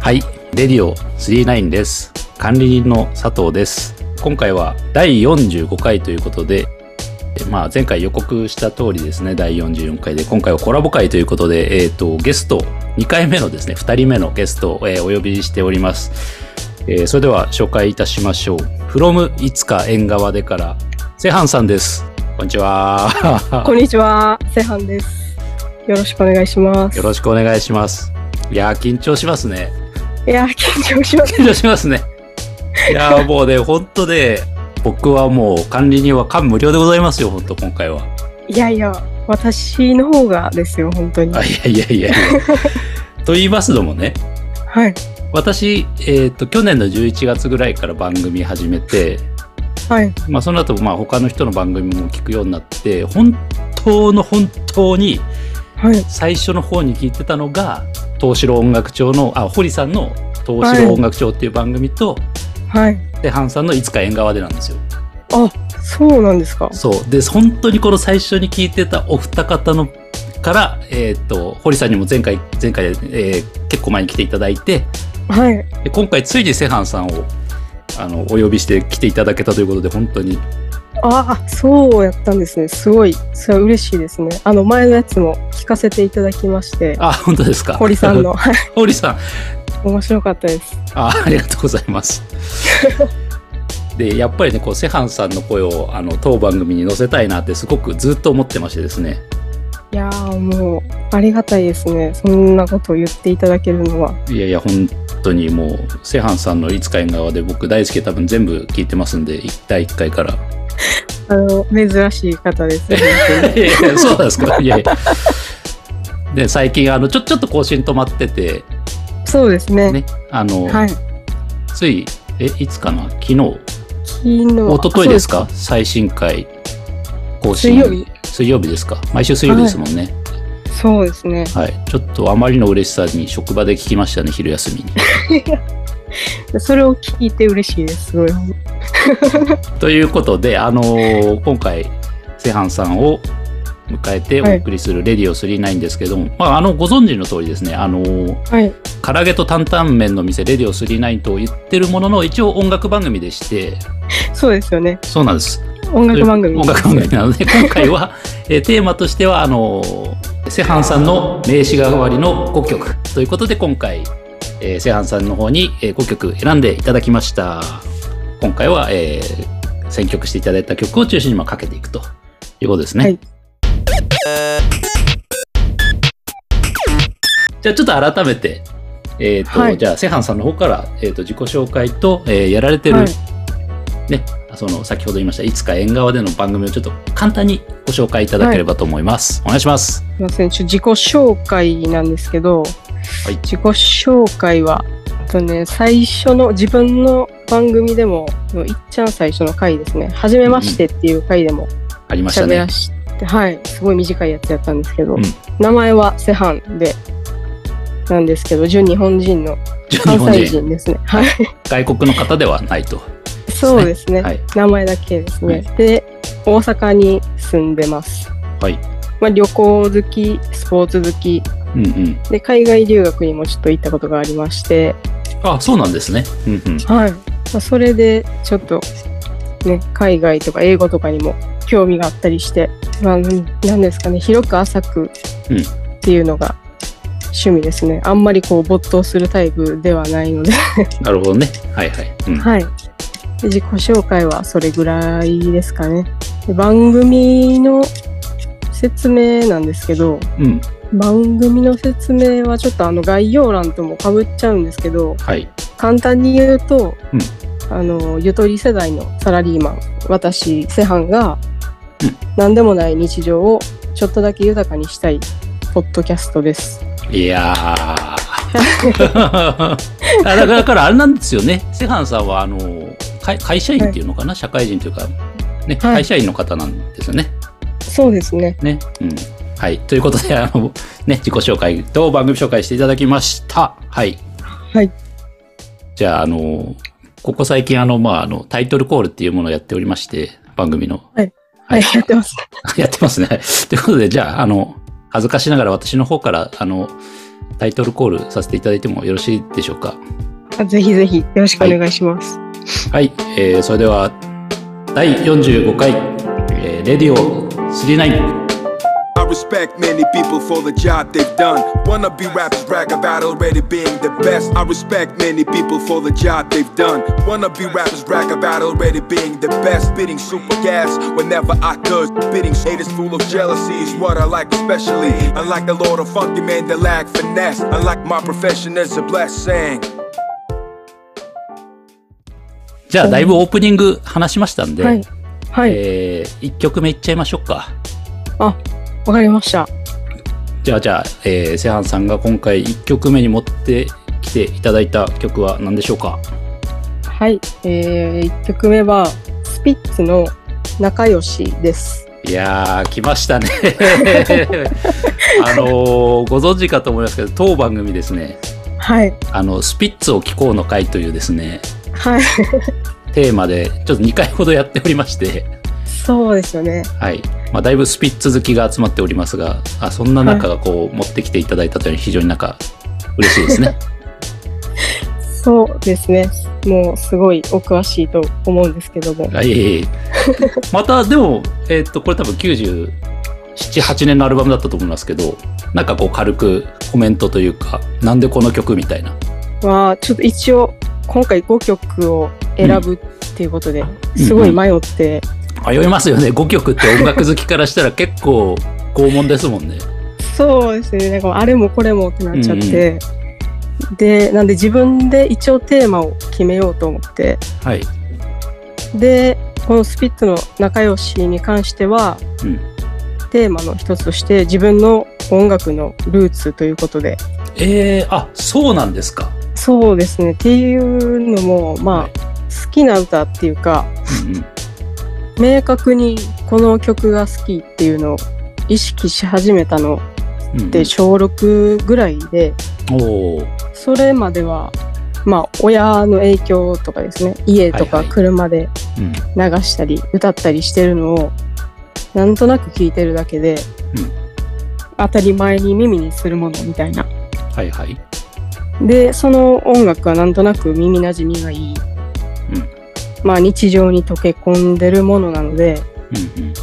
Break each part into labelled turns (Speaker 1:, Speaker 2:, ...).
Speaker 1: はい、レディオ39です。管理人の佐藤です。今回は第45回ということで、えまあ前回予告した通りですね、第44回で、今回はコラボ会ということで、えっ、と、ゲスト、2回目のですね、2人目のゲストを、えーお呼びしております。えーそれでは紹介いたしましょう。from いつか縁側でから、セハンさんです。こんにちは。
Speaker 2: こんにちは、セハンです。よろしくお願いしま す。
Speaker 1: よろしくお願いします。いやー、緊張しますね。
Speaker 2: いやー、緊張します。
Speaker 1: 緊張しますね。いやーもうね、本当ね、僕はもう管理人は感無量でございますよ、本当今回は。
Speaker 2: いやいや、私の方がですよ、本当に。
Speaker 1: あ、
Speaker 2: はい
Speaker 1: やいやいやいや。と言いますのもね、
Speaker 2: い。
Speaker 1: 私、えっ、と、去年の11月ぐらいから番組始めて、
Speaker 2: はい。
Speaker 1: まあその後、まあ他の人の番組も聞くようになって、本当の本当に
Speaker 2: はい。
Speaker 1: 最初の方に聞いてたのが、東四郎音楽長の、あ、堀さんの東四郎音楽長っていう番組と、
Speaker 2: はい。
Speaker 1: で、ハンさんのいつか縁側でなんですよ。
Speaker 2: あ、そうなんですか。
Speaker 1: そう。で、本当にこの最初に聞いてたお二方のから、えーっ、と、堀さんにも前回、前回、えー結構前に来ていただいて、
Speaker 2: はい。
Speaker 1: で今回ついにセハンさんを、あの、お呼びして来ていただけたということで、本当に。
Speaker 2: ああ、そうやったんですね。すごい、それは嬉しいですね。あの、前のやつも聞かせていただきまして、
Speaker 1: あ、本当ですか。
Speaker 2: 堀さんの。。 はい。
Speaker 1: 堀さん。
Speaker 2: 面白かったです。
Speaker 1: あ、ありがとうございます。 で、やっぱりね、こう、セハンさんの声を、あの、当番組に載せたいなって、すごくずっと思ってましてですね。
Speaker 2: いやー、もう、ありがたいですね。そんなことを言っていただけるのは。
Speaker 1: いやいや、本当にもう、セハンさんのいつか縁側で僕大好きで多分全部聞いてますんで、1対1回から。
Speaker 2: あの、珍しい方ですね。 本
Speaker 1: いやいやそうなんですか。いやいや。で、最近、あの、ちょ、ちょっと更新止まってて、
Speaker 2: 当にそうですね。
Speaker 1: ね、あの、
Speaker 2: はい。
Speaker 1: つい、え、いつかな昨日、一
Speaker 2: 昨日。
Speaker 1: 昨日ですか最新回更新。
Speaker 2: 水曜日
Speaker 1: 水曜日ですか。毎週水曜日ですもんね。
Speaker 2: そうですね。
Speaker 1: はい。ちょっとあまりの嬉しさに職場で聞きましたね、昼休みに。
Speaker 2: それを聞いて嬉しいです。すごい。は
Speaker 1: ということで、あのー今回、セハンさんを迎えてお送りするレディオ39ですけども、まあ、あの、ご存知の通りですね、あのー
Speaker 2: い。
Speaker 1: 唐揚げと担々麺の店、レディオ39と言ってるものの、一応音楽番組でして、
Speaker 2: そうですよね。
Speaker 1: そうなんです。
Speaker 2: 音楽番組。
Speaker 1: 音楽番組なので、今回は、えーテーマとしては、あのーセハンさんの名刺代わりの5曲ということで、今回、えーセハンさんの方に、え5曲選んでいただきました。今回は、えー選曲していただいた曲を中心にまあかけていくということですね。
Speaker 2: はい
Speaker 1: じゃあちょっと改めて、えーと
Speaker 2: はい
Speaker 1: じゃあセハンさんの方から、えー、と自己紹介と、えーやられてる、
Speaker 2: はい
Speaker 1: ね、その先ほど言いました「いつか縁側」での番組をちょっと簡単にご紹介いただければと思います。お願いします。
Speaker 2: すいません。ちょ自己紹介なんですけど、
Speaker 1: い
Speaker 2: 自己紹介は、えっとね、最初の自分の番組でも、いっちゃん最初の回ですね。はじめましてっていう回でも
Speaker 1: ありました
Speaker 2: 喋
Speaker 1: ね
Speaker 2: ら。して、はい。すごい短いやつやったんですけど、
Speaker 1: うん
Speaker 2: 名前はセハンで、なんですけど、純日本人の
Speaker 1: 日
Speaker 2: 関
Speaker 1: 本
Speaker 2: 西
Speaker 1: 人
Speaker 2: 人ですね。はい。
Speaker 1: 外国の方ではないと。
Speaker 2: そうですね。
Speaker 1: はい。
Speaker 2: 名前だけですね、で大阪に住んでます、
Speaker 1: はい。
Speaker 2: まあ、旅行好きスポーツ好き
Speaker 1: うんうん。
Speaker 2: で海外留学にもちょっと行ったことがありまして、
Speaker 1: あそうなんですね。うんうん。
Speaker 2: はいまあ、それでちょっと、ね、海外とか英語とかにも興味があったりして、まあ、なんですかね広く浅く
Speaker 1: うん
Speaker 2: っていうのが趣味ですねあんまりこう没頭するタイプではないので、
Speaker 1: なるほどね。はいはい。うん
Speaker 2: はい、で自己紹介はそれぐらいですかね。で番組の説明なんですけど
Speaker 1: うん。
Speaker 2: 番組の説明はちょっとあの概要欄ともかぶっちゃうんですけど
Speaker 1: はい。
Speaker 2: 簡単に言うと、
Speaker 1: うん
Speaker 2: あのゆとり世代のサラリーマン私セハンが
Speaker 1: うん
Speaker 2: 何でもない日常をちょっとだけ豊かにしたいポッドキャストです。
Speaker 1: いや ー。あだからだからあれなんですよね、セハンさんはあの会会社員っていうのかな、社会人というか、ね、
Speaker 2: はい
Speaker 1: 会社員の方なんですよね。
Speaker 2: そうですね。
Speaker 1: ね。うん。はい。ということで、あの、ね、自己紹介と番組紹介していただきました。はい。
Speaker 2: はい。
Speaker 1: じゃあ、あの、ここ最近、あの、まあ、あの、タイトルコールっていうものをやっておりまして、番組の。は
Speaker 2: は いい、 やってます。
Speaker 1: やってますね。ということで、じゃあ、あの、恥ずかしながら私の方から、あの、タイトルコールさせていただいてもよろしいでしょうか。
Speaker 2: あぜひぜひよろしくお願いします。
Speaker 1: はい、えーそれでは第45回、えーレディオ39
Speaker 3: I respect many people for the job they've done. Wanna be rappers brag about already being the best. I respect many people for the job they've done. Wanna be rappers brag about already being the best. Spitting super gas whenever I could. Spitting haters full of jealousy is what I like especially. Unlike the Lord of Funky Man, they lack finesse. Unlike my profession, it's a blessing.
Speaker 1: じゃあだいぶオープニング話しましたんで、
Speaker 2: はい。はい。
Speaker 1: え1曲目いっちゃいましょうか
Speaker 2: あ、わかりました。
Speaker 1: じゃあじゃあ、えー、セハンさんが今回1曲目に持ってきていただいた曲は何でしょうか
Speaker 2: はい。えー、1曲目は、スピッツの仲良しです。
Speaker 1: いやー来ましたね あのーご存知かと思いますけど当番組ですね
Speaker 2: はい。
Speaker 1: 「あのスピッツを聴こう」の会というですね
Speaker 2: はい。
Speaker 1: テーマでちょっと2回ほどやっておりまして
Speaker 2: そうですよね。
Speaker 1: はい。まあ、だいぶスピッツ好きが集まっておりますが、あそんな中、こう、持ってきていただいたというのは非常になんか、嬉しいですね。
Speaker 2: そうですね。もう、すごいお詳しいと思うんですけども。
Speaker 1: はいえいえ。また、でも、えっと、これ多分97、8年のアルバムだったと思いますけど、なんかこう、軽くコメントというか、なんでこの曲みたいな。
Speaker 2: は、ちょっと一応、今回5曲を選ぶっていうことで、すごい迷って、
Speaker 1: 迷いますよね。5曲って音楽好きからしたら結構、拷問ですもんね。
Speaker 2: そうですね。なんか、あれもこれもってなっちゃって、で、なんで自分で一応テーマを決めようと思って、
Speaker 1: はい。
Speaker 2: でこのスピッツの仲良しに関しては、
Speaker 1: うん
Speaker 2: テーマの一つとして自分の音楽のルーツということで
Speaker 1: えー、あ、そうなんですか。
Speaker 2: そうですねっていうのもまあ好きな歌っていうか
Speaker 1: うんうん。
Speaker 2: 明確にこの曲が好きっていうのを意識し始めたの
Speaker 1: うんうん
Speaker 2: って小6ぐらいで
Speaker 1: おー
Speaker 2: それまではまあ親の影響とかですね家と
Speaker 1: は
Speaker 2: か
Speaker 1: いはい
Speaker 2: 車で
Speaker 1: うん。
Speaker 2: 流したり歌ったりしてるのをなんとなく聞いてるだけで、
Speaker 1: うん
Speaker 2: 当たり前に耳にするものみたいな
Speaker 1: はいはい。
Speaker 2: でその音楽はなんとなく耳なじみがいい、
Speaker 1: うん
Speaker 2: まあ日常に溶け込んでるものなので
Speaker 1: うん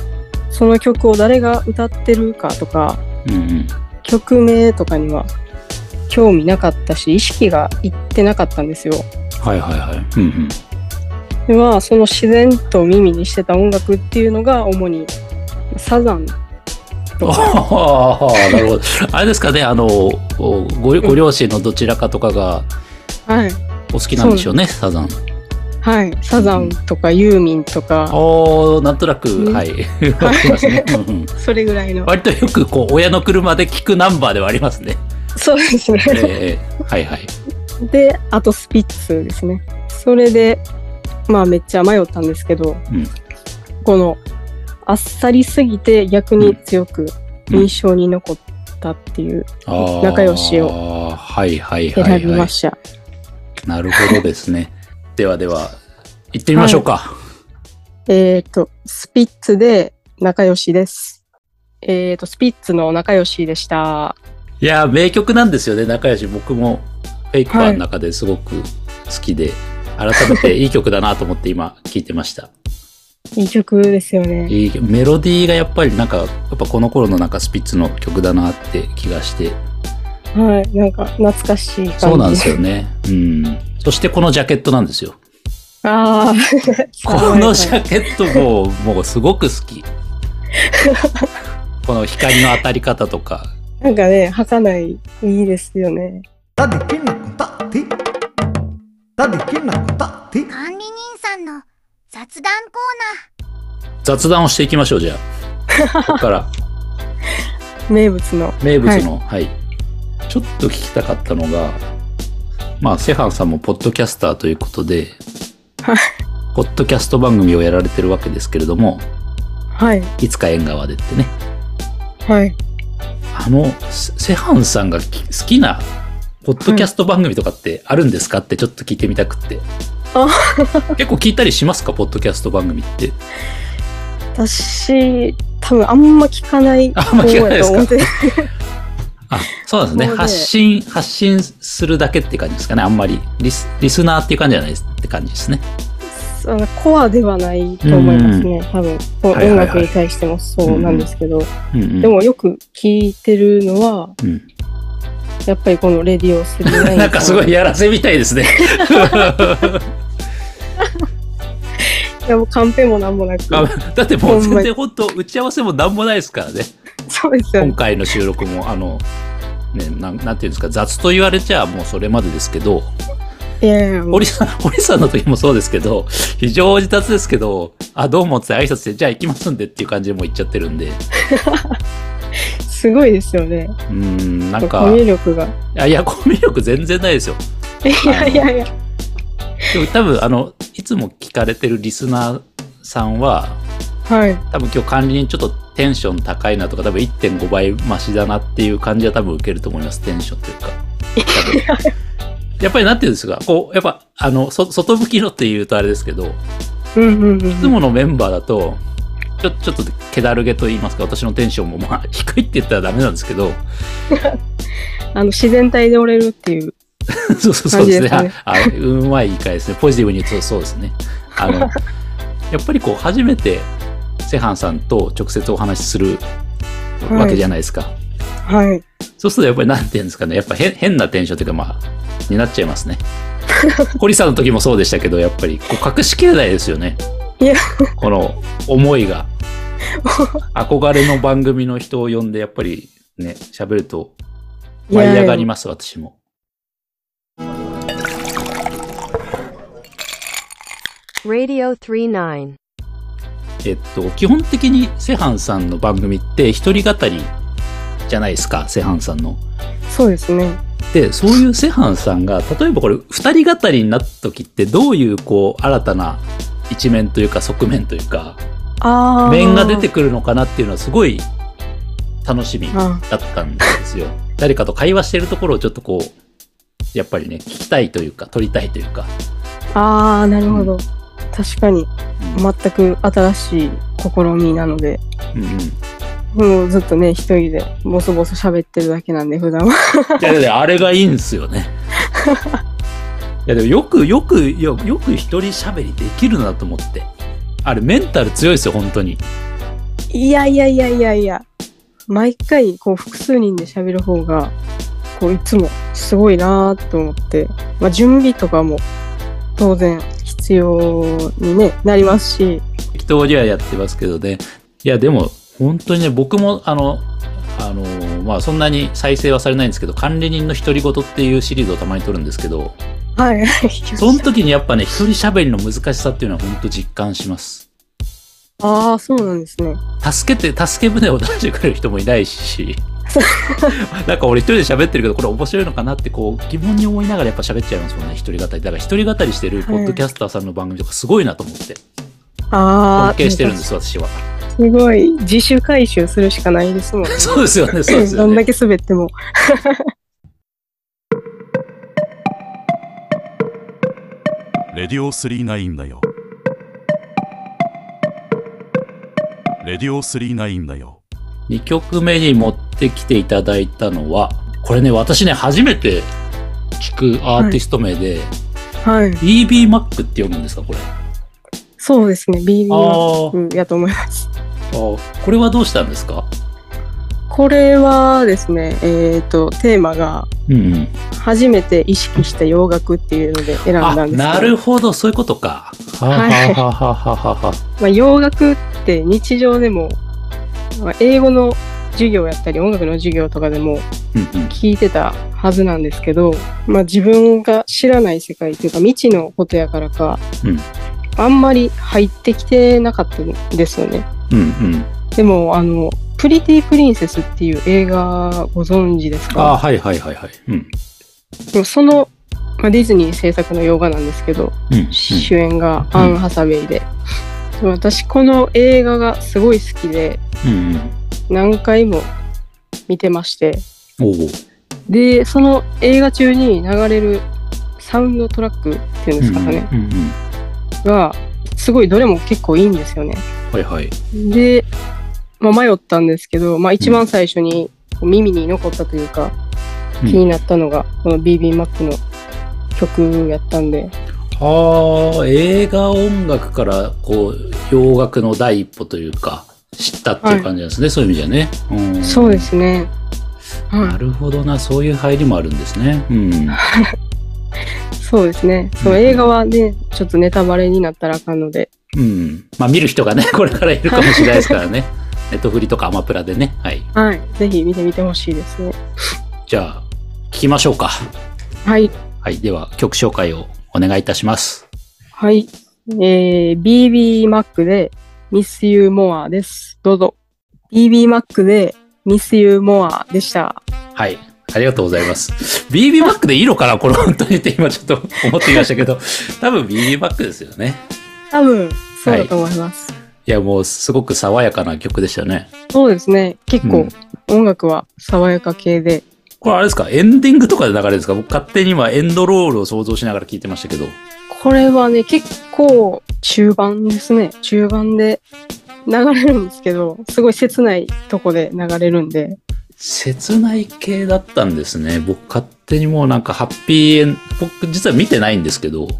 Speaker 2: その曲を誰が歌ってるかとか
Speaker 1: うん。うんうん。
Speaker 2: 曲名とかには興味なかったし意識がいってなかったんですよ。
Speaker 1: はいはいはい。うんうん。
Speaker 2: でまあその自然と耳にしてた音楽っていうのが主にサザン
Speaker 1: ああ、なるほど。あれですかね、あの、おごご両親のどちらかとかが
Speaker 2: はい
Speaker 1: お好きなんでしょうね、サザン。
Speaker 2: はい、サザンとかユーミンとか、
Speaker 1: おーなんとなく、
Speaker 2: ね
Speaker 1: はい。わかりますね。 うんうん
Speaker 2: それぐらいの。
Speaker 1: 割とよく、こう、親の車で聞くナンバーではあります ね。
Speaker 2: そうですね。
Speaker 1: ええはいはい。
Speaker 2: で、あとスピッツですね。それで、まあめっちゃ迷ったんですけど、
Speaker 1: うん
Speaker 2: この、あっさりすぎて逆に強く
Speaker 1: うんうん
Speaker 2: 印象に残ったっていう
Speaker 1: あー
Speaker 2: 仲良しを
Speaker 1: はいはいはい、は
Speaker 2: 選
Speaker 1: い
Speaker 2: びました。
Speaker 1: なるほどですね。ではでは、行ってみましょうか。
Speaker 2: えっ、と、スピッツで仲良しです。えっ、と、スピッツの仲良しでした。
Speaker 1: いやー、名曲なんですよね、仲良し。僕も、フェイクパーの中ですごく好きで、改めていい曲だなと思って今、聴いてました。
Speaker 2: いい曲ですよね。
Speaker 1: いいメロディーがやっぱりなんか、やっぱこの頃のなんかスピッツの曲だなって気がして、
Speaker 2: はい、なんか懐かしい感じ。
Speaker 1: そうなんですよね。うん。そしてこのジャケットなんですよ。
Speaker 2: ああ、
Speaker 1: このジャケットも、もうすごく好 き。この光の当たり方とか、
Speaker 2: なんかね、吐かない、いいですよね。
Speaker 4: たできなくたってたできなくたって
Speaker 5: 管理人さんの雑談コーナー。
Speaker 1: 雑談をしていきましょう、じゃあ。ここから。
Speaker 2: 名物の。
Speaker 1: 名物の、 はい、ちょっと聞きたかったのが、まあ、セハンさんもポッドキャスターということで
Speaker 2: はい、
Speaker 1: ポッドキャスト番組をやられてるわけですけれども、
Speaker 2: はい、
Speaker 1: いつか縁側でってね、
Speaker 2: はい。
Speaker 1: あの、セセハンさんがき好きなポッドキャスト番組とかってあるんですかってちょっと聞いてみたくって
Speaker 2: あ。
Speaker 1: 結構聞いたりしますかポッドキャスト番組って。
Speaker 2: 私、多分あんま聞かない
Speaker 1: あんま聞かないですか
Speaker 2: 方やと思って
Speaker 1: あ、そうですね。
Speaker 2: もうね
Speaker 1: 発信、発信するだけって感じですかね。あんまりリス、リスナーっていう感じじゃないですって感じですね。
Speaker 2: あのコアではないと思いますね、多分こ
Speaker 1: はいうはい
Speaker 2: 音
Speaker 1: はい
Speaker 2: 楽に対してもそうなんですけど、
Speaker 1: うんうん。
Speaker 2: でもよく聞いてるのは
Speaker 1: うん、
Speaker 2: やっぱりこの「レディオスリーナイン
Speaker 1: なんかすごいやらせみたいですね。
Speaker 2: いやもうカンペもなんもなく
Speaker 1: あだってもう
Speaker 2: ほん
Speaker 1: 全
Speaker 2: まに
Speaker 1: 然本当打ち合わせもなんもないですからね。
Speaker 2: そうですよ
Speaker 1: 今
Speaker 2: ね
Speaker 1: 回の収録も、あの、ね、なんなんていうんですか、雑と言われちゃもうそれまでですけど、
Speaker 2: いやいやもう
Speaker 1: 堀さん、堀さんの時もそうですけど、非常時達ですけど、あ、どうもって挨拶で、じゃあ行きますんでっていう感じでもう行っちゃってるんで、
Speaker 2: すごいですよね
Speaker 1: うーん、なんか
Speaker 2: コ、ミュ力が
Speaker 1: あいや、コミュ力全然ないですよ。
Speaker 2: いやいやいや
Speaker 1: でも多分、あの、いつも聞かれてるリスナーさんは、
Speaker 2: はい
Speaker 1: 多分今日管理人ちょっとテンション高いなとか、多分1.5倍増しだなっていう感じは多分受けると思います、テンションというか。多 分やっぱりなんていうんですか、こう、やっぱ、あの、そ外向きのって言うとあれですけど、
Speaker 2: うんうんう
Speaker 1: いつ
Speaker 2: ん
Speaker 1: ものメンバーだと、ちょちょっと気だるげと言いますか、私のテンションもまあ 低いって言ったらダメなんですけど、
Speaker 2: あの自然体で折れるっていう
Speaker 1: そうそうそうですね。
Speaker 2: 感じですね
Speaker 1: ああうまい言い換えですね。ポジティブに言うとそうですね。あの、や っぱりこう、初めて、セハンさんと直接お話しする
Speaker 2: はい
Speaker 1: わけじゃないですか。
Speaker 2: はい
Speaker 1: そうするとやっぱりなんて言うんですかね、やっぱ変変なテンションというか、まあ、になっちゃいますね。堀さんの時もそうでしたけど、やっぱりこう隠しきれないですよね。
Speaker 2: いや
Speaker 1: この思いが。憧れの番組の人を呼んで、やっぱりね、喋ると舞い上がります、私も。
Speaker 6: Radio 39.
Speaker 1: えっと、基本的にセハンさんの番組って一人語りじゃないですか、セハンさんの。
Speaker 2: そうですね
Speaker 1: で、そういうセハンさんが、例えばこれ、二人語りになった時って、どういう、こう、新たな一面というか、側面というか、
Speaker 2: ああ
Speaker 1: 面が出てくるのかなっていうのは、すごい楽しみだ
Speaker 2: あ
Speaker 1: ったんですよ。誰かと会話してるところをちょっとこう、やっぱりね、聞きたいというか、撮りたいというか。
Speaker 2: あーなるほど、
Speaker 1: うん
Speaker 2: 確かに
Speaker 1: うん
Speaker 2: 全く新しい試みなので
Speaker 1: うん うん。い
Speaker 2: もうずっとね一人でボソボソ喋ってるだけなんで普段は
Speaker 1: やいや、あれがいいんですよね。いや、でもよく、よく、いやよく一人喋りできるなと思って。あれ、メンタル強いですよ、本当に。
Speaker 2: いやいやいやいやいや毎回こう複数人で喋る方がこういつもすごいなーと思って、まあ、準備とかも当然必要に、ね、なりますし
Speaker 1: 適当にはやってますけどね。いや、でも、本当にね、僕も、あの、あのまあ、そんなに再生はされないんですけど、管理人の独り言っていうシリーズをたまに撮るんですけど、
Speaker 2: はい
Speaker 1: その時にやっぱね、一人喋りの難しさっていうのは本当実感します。
Speaker 2: ああそうなんですね
Speaker 1: 助けて、助け舟を出してくれる人もいない し、なんか俺一人で喋ってるけど、これ面白いのかなってこう疑問に思いながらやっぱ喋っちゃいますもんね、一人語り。だから一人語りしてるポッドキャスターさんの番組とかすごいなと思って、
Speaker 2: あ
Speaker 1: 尊
Speaker 2: あ
Speaker 1: 敬してるんです、私は。
Speaker 2: すごい自主回収するしかないで すもん
Speaker 1: そうですよね、そうですよ
Speaker 2: どん
Speaker 1: ね
Speaker 2: だ。け滑っても
Speaker 7: レディオ39だよ。レディオ39だよ。
Speaker 1: 2曲目に持ってきていただいたのは、これね、私ね、初めて聞くアーティスト名で、
Speaker 2: はい
Speaker 1: BB マックって読むんですか、これ。あ
Speaker 2: そうですね BB マ
Speaker 1: ー
Speaker 2: ックやと思います
Speaker 1: あー、これはどうしたんですか
Speaker 2: これはですねえっ、とテーマが
Speaker 1: うんうん。
Speaker 2: 初めて意識した洋楽っていうので選んだん
Speaker 1: あ、
Speaker 2: ですけど
Speaker 1: なるほど、そういうことか。はは
Speaker 2: はい
Speaker 1: ははははは。
Speaker 2: まあ、洋楽って日常でも、まあ、英語の授業やったり音楽の授業とかでも
Speaker 1: うんうん。
Speaker 2: 聞いてたはずなんですけど、まあ、自分が知らない世界というか未知のことやからか、
Speaker 1: うん
Speaker 2: あんまり入ってきてなかったんですよね
Speaker 1: うんうん。
Speaker 2: でもあの「プリティ・プリンセス」っていう映画ご存知です
Speaker 1: あ
Speaker 2: か
Speaker 1: あ、はいはいはいはい。うん。
Speaker 2: でもその、まあ、ディズニー制作の洋画なんですけど
Speaker 1: うんうん。
Speaker 2: 主演がアン・ハサウェイで、で私この映画がすごい好きで
Speaker 1: うん
Speaker 2: 何回も見てまして
Speaker 1: うん。おお。
Speaker 2: でその映画中に流れるサウンドトラックっていうんですかね、
Speaker 1: うんうんうんうん。
Speaker 2: がすごいどれも結構いいんですよね
Speaker 1: はいはい。
Speaker 2: で、まあ、迷ったんですけど、まあ、一番最初にこう耳に残ったというか、
Speaker 1: うん
Speaker 2: 気になったのが、この BB マックの曲やったんで、
Speaker 1: ああ、映画音楽から、こう、洋楽の第一歩というか、知ったっていう感じなんですね。そういう意味じゃね。うん
Speaker 2: そうで。すね。
Speaker 1: な
Speaker 2: は
Speaker 1: るほどな。そういう入りもあるんですね。うん。
Speaker 2: い、そうですね。そう、映画はね、ちょっとネタバレになったらあかんので、
Speaker 1: うん。まあ、見る人がね、 これからいるかもしれないですからね。 ネットフリとかアマプラでね。はい。
Speaker 2: はい、ぜひ見てみてほしいですね。
Speaker 1: じゃあ、聞きましょうか。
Speaker 2: はい、
Speaker 1: はい。では、曲紹介をお願いいたします。
Speaker 2: はい。えー、BB マックで Miss You More です。どうぞ。BB マックで Miss You More でした。
Speaker 1: はい。ありがとうございます。BB バックでいいのかなこれ本当にって今ちょっと思っていましたけど、多分 BB バックですよね。
Speaker 2: 多分、そうだと思います。
Speaker 1: いや、もうすごく爽やかな曲でしたね。
Speaker 2: そうですね。結
Speaker 1: う
Speaker 2: 構
Speaker 1: ん、
Speaker 2: 音楽は爽やか系で。
Speaker 1: これあれですかエンディングとかで流れるんですか僕勝手に今エンドロールを想像しながら聞いてましたけど。
Speaker 2: これはね、結構中盤ですね。中盤で流れるんですけど、すごい切ないとこで流れるんで。
Speaker 1: 切ない系だったんですね。僕勝手にもうなんかハッピーエン、僕実は見てないんですけど、プ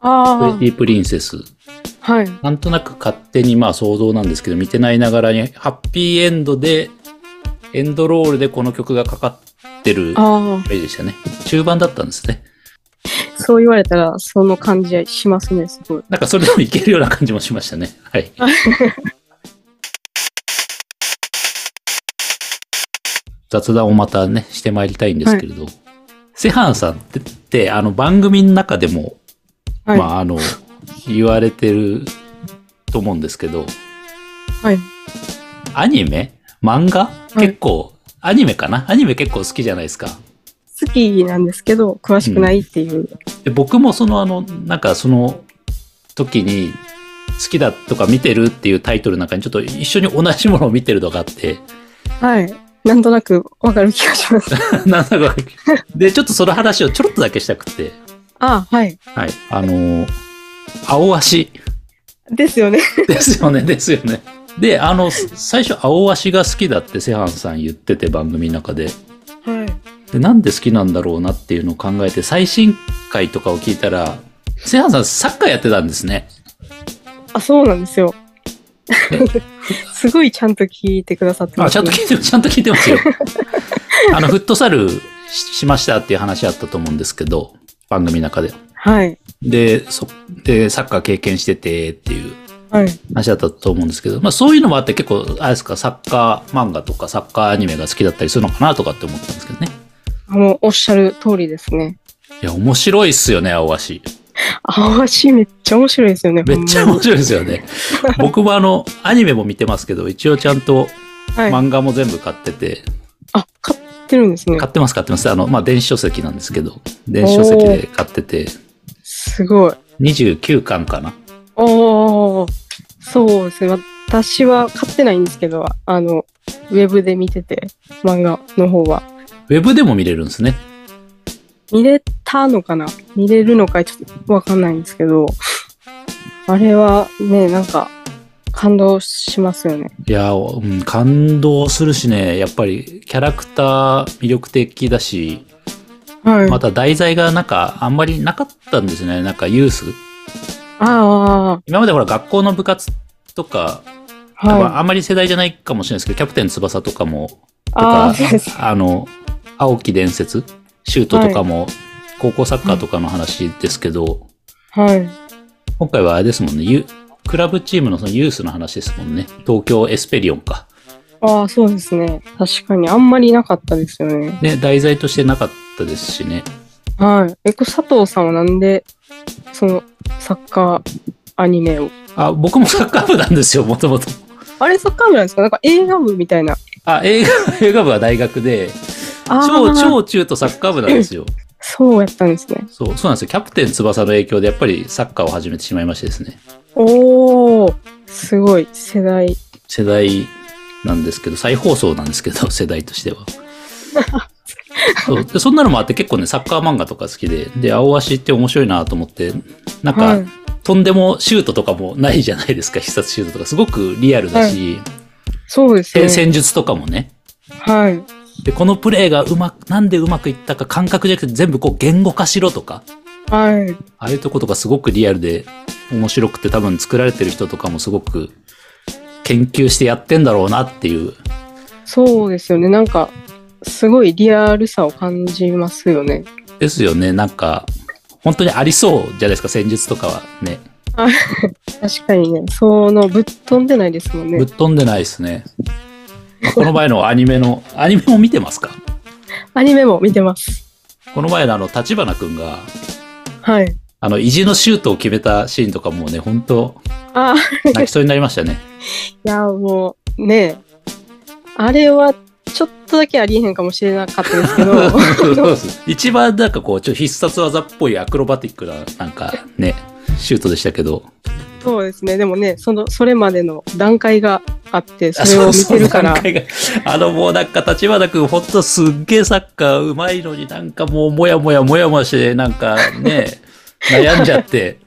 Speaker 2: あ
Speaker 1: レティプリンセス。
Speaker 2: あ、はい。
Speaker 1: なんとなく勝手にまあ想像なんですけど、見てないながらにハッピーエンドで、エンドロールでこの曲がかかってるイ
Speaker 2: あ
Speaker 1: メージでしたね。中盤だったんですね。
Speaker 2: あ、そう言われたら、その感じはしますね、すごい。
Speaker 1: なんかそれでもいけるような感じもしましたね。 はい。雑談をまたね、してまいりたいんですけれど、セハンさんってってあの番組の中でも、
Speaker 2: はい。
Speaker 1: まああの、言われてると思うんですけど、
Speaker 2: はい。
Speaker 1: アニメ漫画、
Speaker 2: い
Speaker 1: 結構、アニメかなアニメ結構好きじゃないですか。
Speaker 2: 好きなんですけど、詳しくないっていう。
Speaker 1: で僕もそのあのなんかその時に好きだとか見てるっていうタイトルの中にちょっと一緒に同じものを見てるとかあって
Speaker 2: はい。なんとなくわかる気がします。
Speaker 1: なんだかでちょっとその話をちょろっとだけしたくて
Speaker 2: あはい。
Speaker 1: はいあのー青足
Speaker 2: ですよね。
Speaker 1: ですよねですよねであの最初青足が好きだってセハンさん言ってて番組の中で
Speaker 2: はい。
Speaker 1: でなんで好きなんだろうなっていうのを考えて最新回とかを聞いたらセハンさんサッカーやってたんですね
Speaker 2: あ、そうなんですよ。すごいちゃんと聞いてくださって
Speaker 1: あ、
Speaker 2: ま
Speaker 1: ち
Speaker 2: す、
Speaker 1: ゃんと聞いてる、ちゃんと聞いて ますよ。あの、フットサルししましたっていう話あったと思うんですけど、番組の中で。
Speaker 2: はい。
Speaker 1: で、そ、で、サッカー経験しててっていう
Speaker 2: はい。
Speaker 1: 話だったと思うんですけど、まあそういうのもあって結構、あれですか、サッカー漫画とかサッカーアニメが好きだったりするのかなとかって思ったんですけどね。
Speaker 2: もうおっしゃる通りですね。
Speaker 1: いや、面白いっすよね、青足。
Speaker 2: あわしめっちゃ面白いですよね。
Speaker 1: めっちゃ
Speaker 2: ほんま
Speaker 1: 面白いですよね。僕もあの、アニメも見てますけど、一応ちゃんと
Speaker 2: にはい。
Speaker 1: 漫画も全部買ってて、
Speaker 2: あ、買ってるんですね。
Speaker 1: 買ってます買ってます。あの、まあ電子書籍なんですけど、電子書籍で買ってて、
Speaker 2: すごい。
Speaker 1: 29巻かな。
Speaker 2: おー。そうですね。私は買ってないんですけど、あの、ウェブで見てて、漫画の方は。
Speaker 1: ウェブでも見れるんですね。
Speaker 2: 見れたのかな見れるのかちょっとわかんないんですけど、あれはね、なんか感動しますよね。
Speaker 1: いやー、うん、感動するしね、やっぱりキャラクター魅力的だし、
Speaker 2: はい。
Speaker 1: また題材がなんかあんまりなかったんですね。なんかユース。
Speaker 2: あ
Speaker 1: 今までほら学校の部活とか、
Speaker 2: あ、
Speaker 1: ま
Speaker 2: は
Speaker 1: ああんまり世代じゃないかもしれないですけど、キャプテン翼とかも、
Speaker 2: い。
Speaker 1: とか
Speaker 2: ああ、そうです。
Speaker 1: あの、青き伝説、シュートとかも、高校サッカーとかの話ですけど、
Speaker 2: はい。
Speaker 1: 今回はあれですもんね、ユクラブチームのそのユースの話ですもんね。東京エスペリオンか。
Speaker 2: ああ、そうですね。確かに。あんまりなかったですよね。
Speaker 1: ね、題材としてなかったですしね。
Speaker 2: はい。え、これ佐藤さんはなんで、その、サッカーアニメを。
Speaker 1: あ、僕もサッカー部なんですよ、もともと。
Speaker 2: あれサッカー部なんですかなんか映画部みたいな。
Speaker 1: あ、映画、 映画部は大学で、
Speaker 2: ああ、
Speaker 1: 超、超中とサッカー部なんですよ。
Speaker 2: そうやったんですね。
Speaker 1: そう、そうなんですよ。キャプテン翼の影響でやっぱりサッカーを始めてしまいましてですね。
Speaker 2: おー、すごい。世代。
Speaker 1: 世代なんですけど、再放送なんですけど、 世代としては。そうでそんなのもあって結構ね、サッカー漫画とか好きで、で、青足って面白いなと思って、なんか、
Speaker 2: はい
Speaker 1: とんでもシュートとかもないじゃないですか、必殺シュートとか。すごくリアルだし、
Speaker 2: そうです
Speaker 1: 戦
Speaker 2: ね。
Speaker 1: 戦術とかもね、
Speaker 2: はい。
Speaker 1: で、このプレーがうまく、なんでうまくいったか感覚じゃなくて全部こう言語化しろとか、
Speaker 2: はい。
Speaker 1: ああいうとことかすごくリアルで面白くて多分作られてる人とかもすごく研究してやってんだろうなっていう。
Speaker 2: そうですよね。なんか、すごいリアルさを感じますよね。
Speaker 1: ですよね。なんか、本当にありそうじゃないですか、戦術とかはね。
Speaker 2: 確かにね、その、ぶっ飛んでないですもん
Speaker 1: ぶっ
Speaker 2: ね。
Speaker 1: 飛んでないですね。まあこの前のアニメの、アニメも見てますか
Speaker 2: アニメも見てます。
Speaker 1: この前のあの、立花くんが、
Speaker 2: はい。
Speaker 1: あの、意地のシュートを決めたシーンとかもうね、本当
Speaker 2: ああ、
Speaker 1: 泣きそうになりましたね。
Speaker 2: いや、もう、ねあれは、ちょっとだけありえへんかもしれなかったですけど、
Speaker 1: 一番なんかこう、ちょっと必殺技っぽいアクロバティックな、なんかね、シュートでしたけど。
Speaker 2: そうですね。でもね、その、それまでの段階があって、それを見てるから
Speaker 1: あ、そうそう段階があのもうなんか、立花くん、ほんとすっげえサッカーうまいのになんかもう、もやもやもやもやして、なんか ね、悩んじゃって、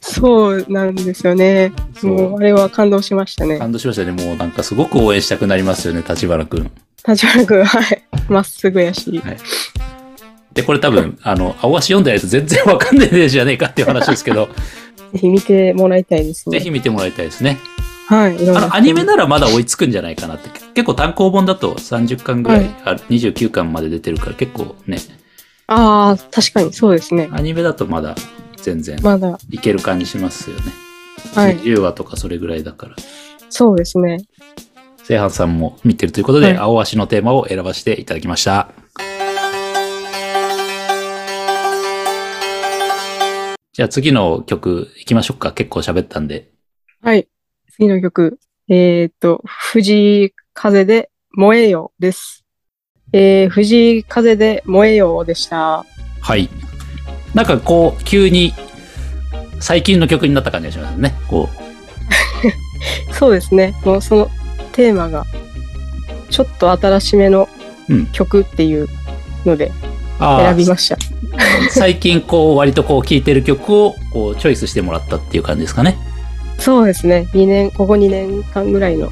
Speaker 2: そうなんですよね。
Speaker 1: そう
Speaker 2: もう、あれは感動しましたね。
Speaker 1: 感動しましたね。もうなんかすごく応援したくなりますよね、立花くん。
Speaker 2: 立花君、はい。まっすぐやし。
Speaker 1: で、これ多分、あの、青足読んでないと全然わかんないでじゃねえかっていう話ですけど、
Speaker 2: ぜひ見てもらいたいですね。
Speaker 1: ぜひ見てもらいたいですね。
Speaker 2: はい。いろん
Speaker 1: あ
Speaker 2: な
Speaker 1: の、アニメならまだ追いつくんじゃないかなって。結構単行本だと30巻ぐらい、
Speaker 2: はい
Speaker 1: あ29巻まで出てるから結構ね、
Speaker 2: ああ、確かにそうですね。
Speaker 1: アニメだとまだ全然
Speaker 2: まだ、
Speaker 1: いける感じしますよね。
Speaker 2: はい。
Speaker 1: 10話とかそれぐらいだから。
Speaker 2: そうですね。
Speaker 1: 正反さんも見てるということで、
Speaker 2: はい
Speaker 1: 青足のテーマを選ばせていただきました。じゃあ次の曲行きましょうか。結構喋ったんで。
Speaker 2: はい。次の曲。えーっと、藤井風で燃えよです。えー、藤井風で燃えよでした。
Speaker 1: はい。なんかこう、急に最近の曲になった感じがしますね。こう、
Speaker 2: そうですね。もうそのテーマが、ちょっと新しめの
Speaker 1: うん
Speaker 2: 曲っていうので
Speaker 1: あ
Speaker 2: 選び
Speaker 1: ー
Speaker 2: ました。
Speaker 1: 最近こう、割 とこう聴いてる曲をこうチョイスしてもらったっていう感じですかね。
Speaker 2: そうですね。2年、ここ2年間ぐらいの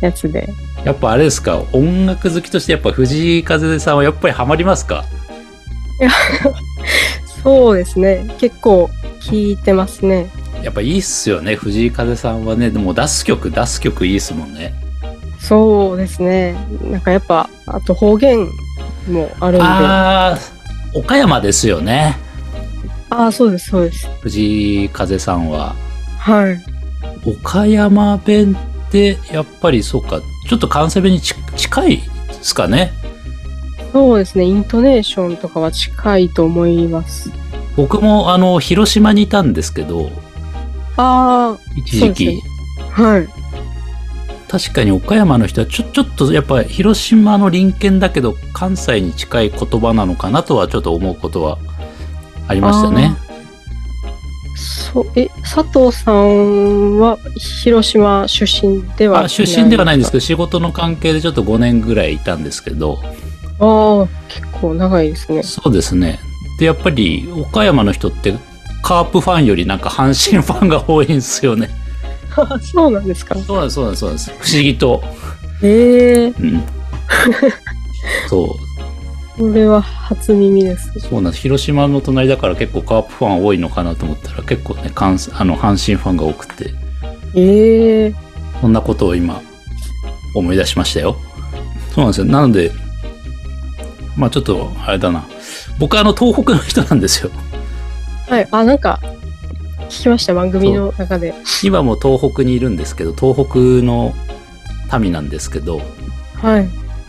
Speaker 2: やつで。
Speaker 1: やっぱあれですか、音楽好きとしてやっぱ藤井風さんはやっぱりハマりますか
Speaker 2: そうですね。結構聴いてますね。
Speaker 1: やっぱいいっすよね藤井風さんはねでも出す曲出す曲いいっすもんね
Speaker 2: そうですね。なんかやっぱ、あと方言もあるんで。あ
Speaker 1: あー岡山ですよね
Speaker 2: あー、そうです、そうです。
Speaker 1: 藤井風さんは
Speaker 2: はい。
Speaker 1: 岡山弁ってやっぱりそうかちょっと関西弁にち近いですかね
Speaker 2: そうですね。イントネーションとかは近いと思います。
Speaker 1: 僕もあの広島にいたんですけど
Speaker 2: あ
Speaker 1: 一時期、
Speaker 2: そうであ、はい。
Speaker 1: 確かに岡山の人はちょちょっとやっぱ広島の隣県だけど関西に近い言葉なのかなとはちょっと思うことはありましたね
Speaker 2: そう、え、佐藤さんは広島出身では
Speaker 1: あ出身ではないんですけど
Speaker 2: ど。
Speaker 1: 仕事の関係でちょっと5年ぐらいいたんですけど
Speaker 2: ああ、結構長い ですね。
Speaker 1: そうですねでやっぱり岡山の人ってカープファンよりなんか阪神ファンが多いんですよね
Speaker 2: そうなんですか。
Speaker 1: そうなんですそうなんですそうなんです不思議と
Speaker 2: ええ
Speaker 1: うん そう
Speaker 2: これは初耳です。
Speaker 1: そうなんです広島の隣だから結構カープファン多いのかなと思ったら結構ね関あの阪神ファンが多くて
Speaker 2: ええ
Speaker 1: そんなことを今思い出しましたよ。そうなんですよ。なので、まあちょっとあれだな。僕はあの東北の人なんですよ。
Speaker 2: はい。あ、なんか、聞きました、番組の中で。
Speaker 1: 今も東北にいるんですけど、東北の民なんですけど、
Speaker 2: はい。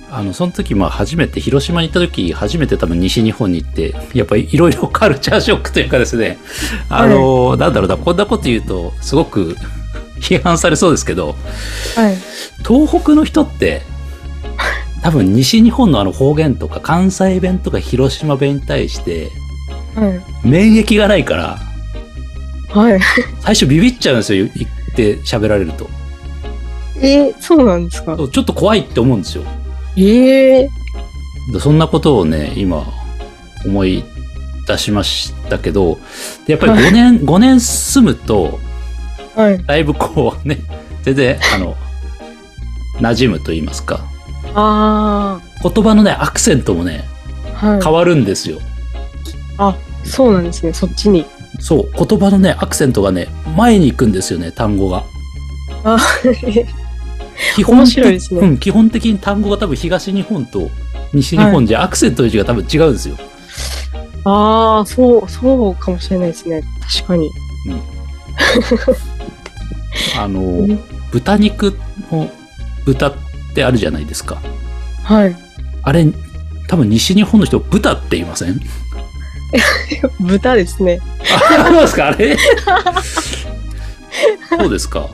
Speaker 1: あの、その時まあ初めて、広島に行った時、初めて多分西日本に行って、やっぱりいろいろカルチャーショックというかですね、あの、なんだろうな、こんなこと言うと、すごく 批判されそうですけど、
Speaker 2: はい。
Speaker 1: 東北の人って多分西日本のあの方言とか関西弁とか広島弁に対して
Speaker 2: はい。
Speaker 1: 免疫がないから
Speaker 2: はい。
Speaker 1: 最初ビビっちゃうんですよ言って喋られると
Speaker 2: えー、そうなんですか。
Speaker 1: ちょっと怖いって思うんですよ
Speaker 2: ええ
Speaker 1: でそんなことをね今思い出しましたけどでやっぱり5年5年住むと
Speaker 2: はい。
Speaker 1: だいぶこうね全然あの馴染むと言いますか
Speaker 2: ああ
Speaker 1: 言葉のね、アクセントもね、
Speaker 2: あ、はい。
Speaker 1: 変わるんですよ。
Speaker 2: そうなんですね、そっちに。
Speaker 1: そう、言葉のね、アクセントがね、前に行くんですよね、単語が。
Speaker 2: あ
Speaker 1: 基
Speaker 2: 面
Speaker 1: 的
Speaker 2: 白いですね
Speaker 1: うん、基本的に単語が多分東日本と西日本じゃアクセントの位置が多分違うんですよ。
Speaker 2: ああ、そう、そうかもしれないですね。確かに。
Speaker 1: あの、
Speaker 2: ん
Speaker 1: 豚肉の豚ってあるじゃないですか。
Speaker 2: はい。
Speaker 1: あれ、多分西日本の人、豚って言いません
Speaker 2: 豚ですね。
Speaker 1: あ、そうですかあ れそうですか。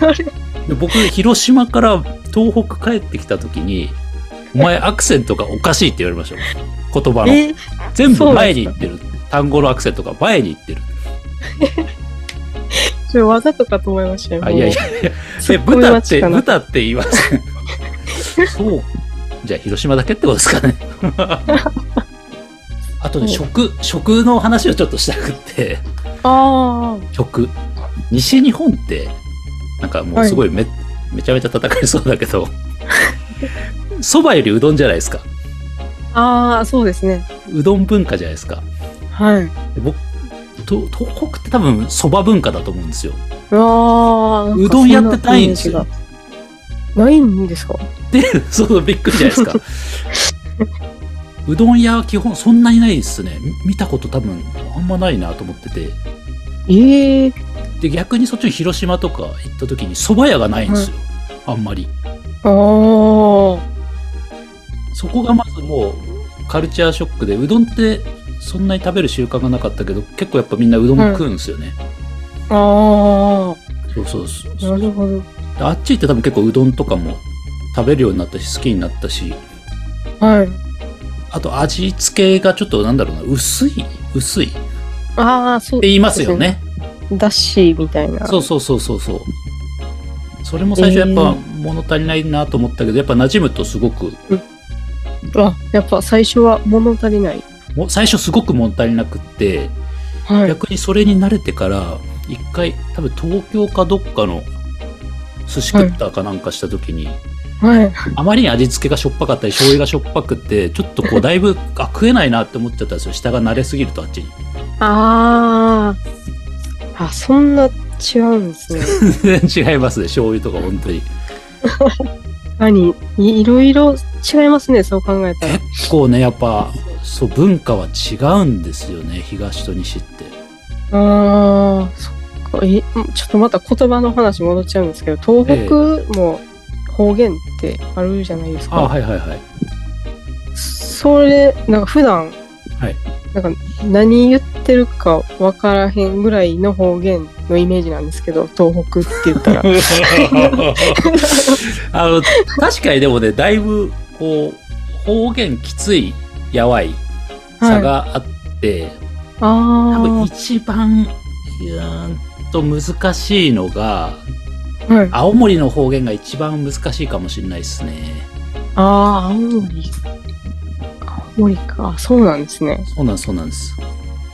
Speaker 2: あれ
Speaker 1: で僕、広島から東北帰ってきた時に、お前アクセントがおかしいって言われましたよ。言葉の。
Speaker 2: え
Speaker 1: 全部前に行ってる。単語のアクセントが前に行ってる。
Speaker 2: それわざとかと思いましたよ。
Speaker 1: あ、いやいやいや。
Speaker 2: 突
Speaker 1: え、
Speaker 2: っ込み
Speaker 1: 豚
Speaker 2: 待
Speaker 1: っ
Speaker 2: ち
Speaker 1: て、
Speaker 2: かな
Speaker 1: 豚って言います。そう。じゃあ、広島だけってことです かね。あとね、
Speaker 2: そ
Speaker 1: 食、食の話をちょっとしたくって、
Speaker 2: あ
Speaker 1: 食。西日本って、なんかもうすごいめ、めちゃめちゃ叩かれそうだけど、そばよりうどんじゃないですか。
Speaker 2: あ、ああ、そうですね。
Speaker 1: うどん文化じゃないですか。
Speaker 2: はい。
Speaker 1: で僕、と東北って多分そば文化だと思うんですよ。
Speaker 2: うわあ、
Speaker 1: うどんやってないんですよ
Speaker 2: そなイメージが。ないんですか
Speaker 1: で、そのびっくりじゃないですか。うどん屋は基本そんなにないですね。み見たこと多分あんまないなと思ってて。
Speaker 2: ええ
Speaker 1: で、逆にそっちの広島とか行った時に蕎麦屋がないんですよ。あんまり。
Speaker 2: あ
Speaker 1: そこがまずもうカルチャーショックで、うどんってそんなに食べる習慣がなかったけど、結構やっぱみんなうどん食うんですよね。
Speaker 2: あ、あ
Speaker 1: そうそうそう
Speaker 2: あ、なるほど。
Speaker 1: であっち行って多分結構うどんとかも食べるようになったし、好きになったし、
Speaker 2: はい。
Speaker 1: あと味付けがちょっとなんだろうな、薄い薄いって
Speaker 2: ああ、そう。
Speaker 1: 言いますよね。
Speaker 2: だしみたいな。
Speaker 1: そうそうそうそうそう。それも最初やっぱ物足りないなと思ったけど、やっぱ馴染むとすごく、
Speaker 2: あ、やっぱ最初は物足りない。
Speaker 1: も最初すごく物足りなくって、
Speaker 2: はい。
Speaker 1: 逆にそれに慣れてから、一回、多分東京かどっかの寿司食ったかなんかした時に、
Speaker 2: はい。
Speaker 1: あまりに味付けがしょっぱかったり、醤油がしょっぱくて、ちょっとこうだいぶ、あ、食えないなって思っちゃったんですよ。下が慣れすぎるとあっちに。
Speaker 2: ああ。あ、そんな違うんですね。
Speaker 1: 全然違いますね、醤油とか本当に。
Speaker 2: 何いいろいろ違いますね、そう考えたら。
Speaker 1: 結構ね、やっぱ、そう、文化は違うんですよね、東と西って。
Speaker 2: ああ、そっか。え、ちょっとまた言葉の話戻っちゃうんですけど、東北も方言ってあるじゃないですか。
Speaker 1: あ、はいはいはい。
Speaker 2: それ、なんか普段、
Speaker 1: はい
Speaker 2: なんか何言ってるかわからへんぐらいの方言のイメージなんですけど、東北って言ったら。
Speaker 1: あの、確かにでもね、だいぶ、こう、方言きつい、やわい、 差
Speaker 2: はい、
Speaker 1: があって、多分
Speaker 2: あ
Speaker 1: 一番、うーんと難しいのが、
Speaker 2: あ、はい。
Speaker 1: 青森の方言が一番難しいかもしれないですね。
Speaker 2: ああ、青森。青森か。そうなんですね。
Speaker 1: そうなんです、そうなんです。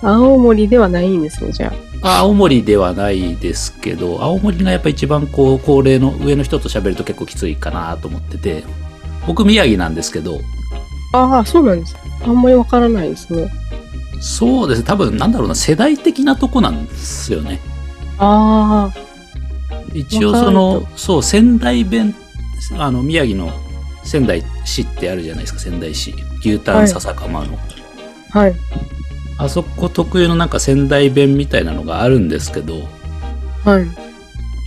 Speaker 2: 青森ではないんですね、じゃ
Speaker 1: あ青森ではないですけど、青森がやっぱ一番こう、高齢の上の人と喋ると結構きついかなと思ってて、僕宮城なんですけど、
Speaker 2: あ。ああ、そうなんです。あんまりわからないですね。
Speaker 1: そうですね、多分なんだろうな、世代的なとこなんですよね。
Speaker 2: あ
Speaker 1: 一応その、そう、仙台弁、あの、宮城の仙台市ってあるじゃないですか、仙台市。牛タ
Speaker 2: は
Speaker 1: ン
Speaker 2: い
Speaker 1: 笹かまの。
Speaker 2: あ、はい。
Speaker 1: あそこ特有のなんか仙台弁みたいなのがあるんですけど、
Speaker 2: はい。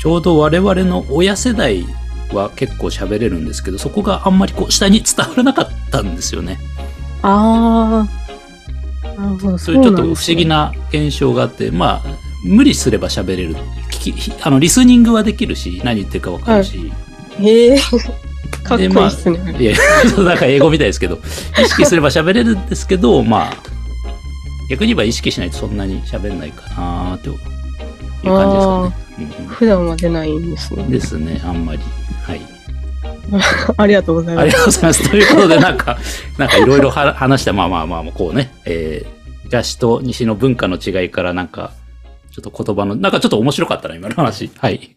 Speaker 1: ちょうど我々の親世代は結構喋れるんですけど、そこがあんまりこう下に伝わらなかったんですよね。
Speaker 2: ああ。なるほど。
Speaker 1: そ
Speaker 2: そう
Speaker 1: いうちょっ
Speaker 2: な
Speaker 1: と不
Speaker 2: んで
Speaker 1: 思
Speaker 2: すね
Speaker 1: 議。な現象があって、まあ、無理すれば喋れる。聞きあの、リスニングはできるし、何言ってるかわかるし。
Speaker 2: へえ。かっこい
Speaker 1: で
Speaker 2: いですね。
Speaker 1: まあ、いや、 そうなんか英語みたいですけど、意識すれば喋れるんですけど、まあ、逆に言えば意識しないとそんなに喋んないかなーという感じですかね。
Speaker 2: 普段は出ないんです
Speaker 1: うん、
Speaker 2: ね。
Speaker 1: ですね、あんまり。はい。
Speaker 2: ありがとうござい
Speaker 1: あ
Speaker 2: ま
Speaker 1: り
Speaker 2: す。
Speaker 1: がとうございます。ということで、なんか、 なんかいろいろは話して、まあまあまあ、こうね、えー、東と西の文化の違いから、なんか、ちょっと言葉の、なんかちょっと面白かったな、今の話。はい。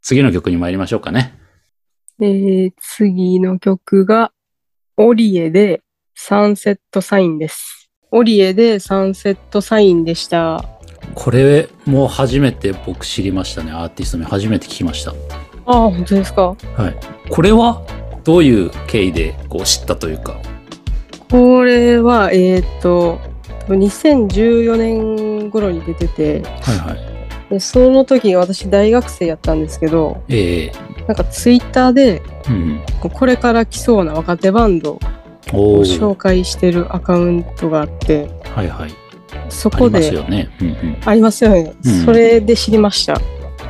Speaker 1: 次の曲に参りましょうかね。
Speaker 2: えー、次の曲が、オリエでサンセットサインです。オリエでサンセットサインでした。
Speaker 1: これも初めて僕知りましたね。アーティスト名初めて聞きました。
Speaker 2: ああ、本当ですか。
Speaker 1: これはどういう経緯でこう知ったというか。
Speaker 2: これは、えーっと、2014年頃に出てて、
Speaker 1: はいはい。
Speaker 2: でその時私大学生やったんですけど、
Speaker 1: ええ
Speaker 2: なんかツイッターで、
Speaker 1: うん。
Speaker 2: こうこれから来そうな若手バンド
Speaker 1: お
Speaker 2: を
Speaker 1: お。
Speaker 2: 紹介してるアカウントがあって、
Speaker 1: はいはい。
Speaker 2: そ
Speaker 1: あ
Speaker 2: こ
Speaker 1: りま
Speaker 2: で、
Speaker 1: すよね。うんうん。
Speaker 2: ありますよね。
Speaker 1: うん
Speaker 2: それで知りました。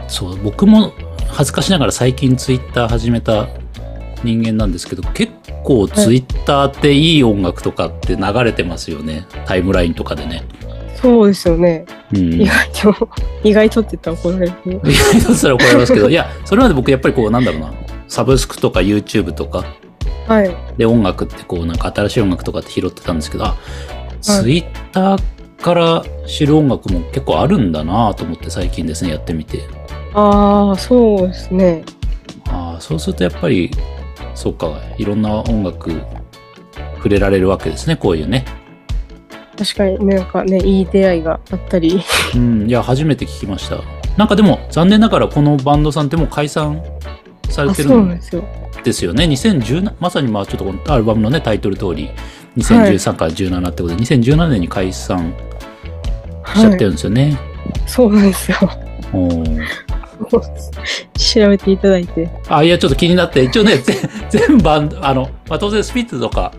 Speaker 1: そう僕も恥ずかしながら最近ツイッター始めた人間なんですけど結構ツイッターっていい音楽とかって流れてますよねタイムラインとかでね。
Speaker 2: そうですよね。
Speaker 1: うん、
Speaker 2: 意外と、意外とって言ったら怒られるけど。
Speaker 1: いやそしたら怒られますけどいやそれまで僕やっぱりこうなんだろうなサブスクとか YouTube とか
Speaker 2: はい。
Speaker 1: で音楽ってこうなんか新しい音楽とかって拾ってたんですけどあツイッターから知る音楽も結構あるんだなと思って最近ですねやってみて。
Speaker 2: ああ、そうですね。
Speaker 1: ああそうするとやっぱりそうかいろんな音楽触れられるわけですねこういうね、
Speaker 2: 確かになんかね、いい出会いがあったり。
Speaker 1: うん、いや初めて聞きましたなんかでも残念ながらこのバンドさんってもう解散され
Speaker 2: あ、
Speaker 1: て
Speaker 2: そ
Speaker 1: る
Speaker 2: うなん
Speaker 1: ん
Speaker 2: ですよ。
Speaker 1: ですよね2017まさにまあちょっとこのアルバムのねタイトル通り2013から17ってことで、2017年に解散しちゃ
Speaker 2: は
Speaker 1: って
Speaker 2: い。
Speaker 1: るんですよね、
Speaker 2: そうなんですよ。
Speaker 1: おー
Speaker 2: 調べていただいて。
Speaker 1: あいやちょっと気になって一応 ねぜ全バンドあの、まあ、当然スピッツとか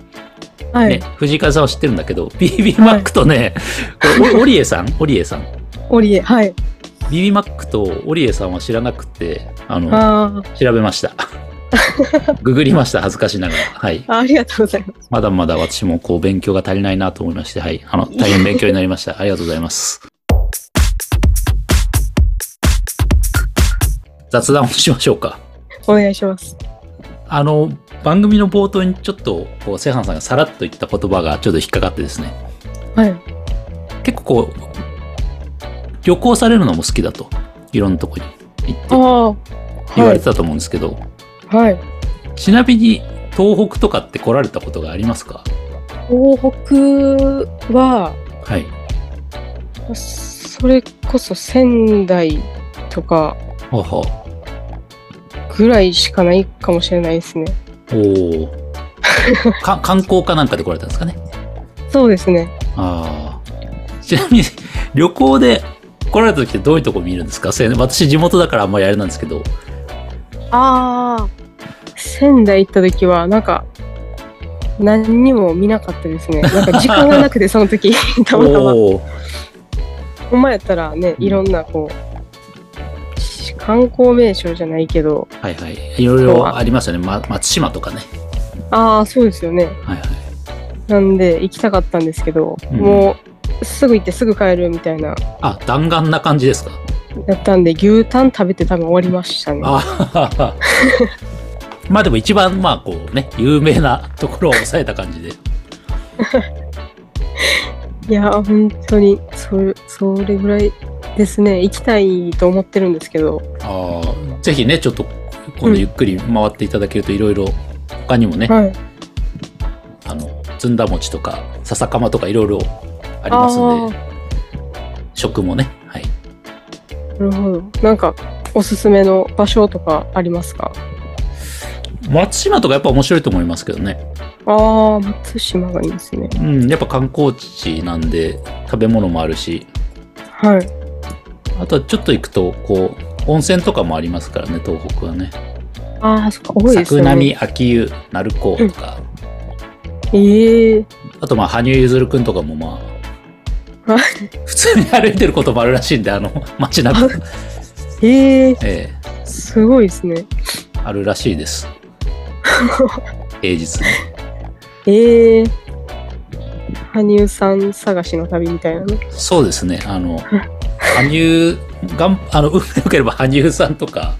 Speaker 2: はい。
Speaker 1: ね、藤井風さんは知ってるんだけど、BB マックとね、これ、オリエさんオリエさん。
Speaker 2: オリエ、はい。
Speaker 1: BB マックとオリエさんは知らなくて、あの、
Speaker 2: あ
Speaker 1: 調べま した。ググりました、恥ずかしながら。はい。
Speaker 2: あ、ありがとうございます。
Speaker 1: まだまだ私もこう、勉強が足りないなと思いまして、はい。あの、大変勉強になりま した。ありがとうございます。雑談をしましょうか。
Speaker 2: お願いします。
Speaker 1: あの、番組の冒頭にちょっと、こう、セハンさんがさらっと言った言葉がちょっと引っかかってですね。
Speaker 2: はい。
Speaker 1: 結構こう旅行されるのも好きだといろんなとこに行
Speaker 2: あ
Speaker 1: って
Speaker 2: あ、
Speaker 1: 言わ
Speaker 2: は
Speaker 1: れ
Speaker 2: い
Speaker 1: て。たと思うんですけど、
Speaker 2: はい。
Speaker 1: ちなみに東北とかって来られたことがありますか
Speaker 2: 東北は、
Speaker 1: はい
Speaker 2: それこそ仙台とか
Speaker 1: はは
Speaker 2: ぐらいしかないかもしれないですね。
Speaker 1: おおか 観光かなんかで来られたんですかね
Speaker 2: そうですね。
Speaker 1: ああちなみに旅行で来られた時ってどういうとこ見るんですかせ私地元だからあんまりあれなんですけど
Speaker 2: ああ。仙台行った時は、なんか、何にも見なかったですね。なんか時間がな くて、その時、たまたま。
Speaker 1: おー
Speaker 2: ほんまやったらね、いろんなこう、し観光名所じゃないけど、
Speaker 1: はいはいいろいろありますよね、ま、松島とかね
Speaker 2: ああ、そうですよね。
Speaker 1: はいはい
Speaker 2: なんで、行きたかったんですけど、
Speaker 1: うん
Speaker 2: もう、すぐ行ってすぐ帰るみたいな、
Speaker 1: あ弾丸な感じですか
Speaker 2: やったんで、牛タン食べて多分終わりましたね。
Speaker 1: あ まあでも一番まあこうね有名なところを抑えた感じで
Speaker 2: いやー、本当に、それ、それぐらいですね。行きたいと思ってるんですけど、
Speaker 1: ああぜひねちょっと今度ゆっくり回っていただけるといろいろ他にもね、
Speaker 2: はい。
Speaker 1: あのずんだ餅とか笹かまとかいろいろありますんで食もねはい
Speaker 2: なるほど。なんか、おすすめの場所とかありますか
Speaker 1: 松島とかやっぱ面白いと思いますけどね
Speaker 2: ああ、松島がいいですね。
Speaker 1: うんやっぱ観光地なんで食べ物もあるし
Speaker 2: はい。
Speaker 1: あとはちょっと行くとこう温泉とかもありますからね東北はね
Speaker 2: ああ、そっか、多いです
Speaker 1: 作
Speaker 2: よね。
Speaker 1: 並秋湯鳴子とか、
Speaker 2: ええー。
Speaker 1: あとまあ、羽生結弦くんとかもまあ
Speaker 2: は、
Speaker 1: 普通に歩いてることもあるらしいんで、あの、街 中、
Speaker 2: ええ
Speaker 1: え
Speaker 2: ー、すごいです
Speaker 1: え
Speaker 2: ね。
Speaker 1: あるらしい です。平日に。
Speaker 2: ええー。羽生さん探しの旅みたいなの。
Speaker 1: そうですね、あの、羽生、がんあの、運が良ければ羽生さんとか、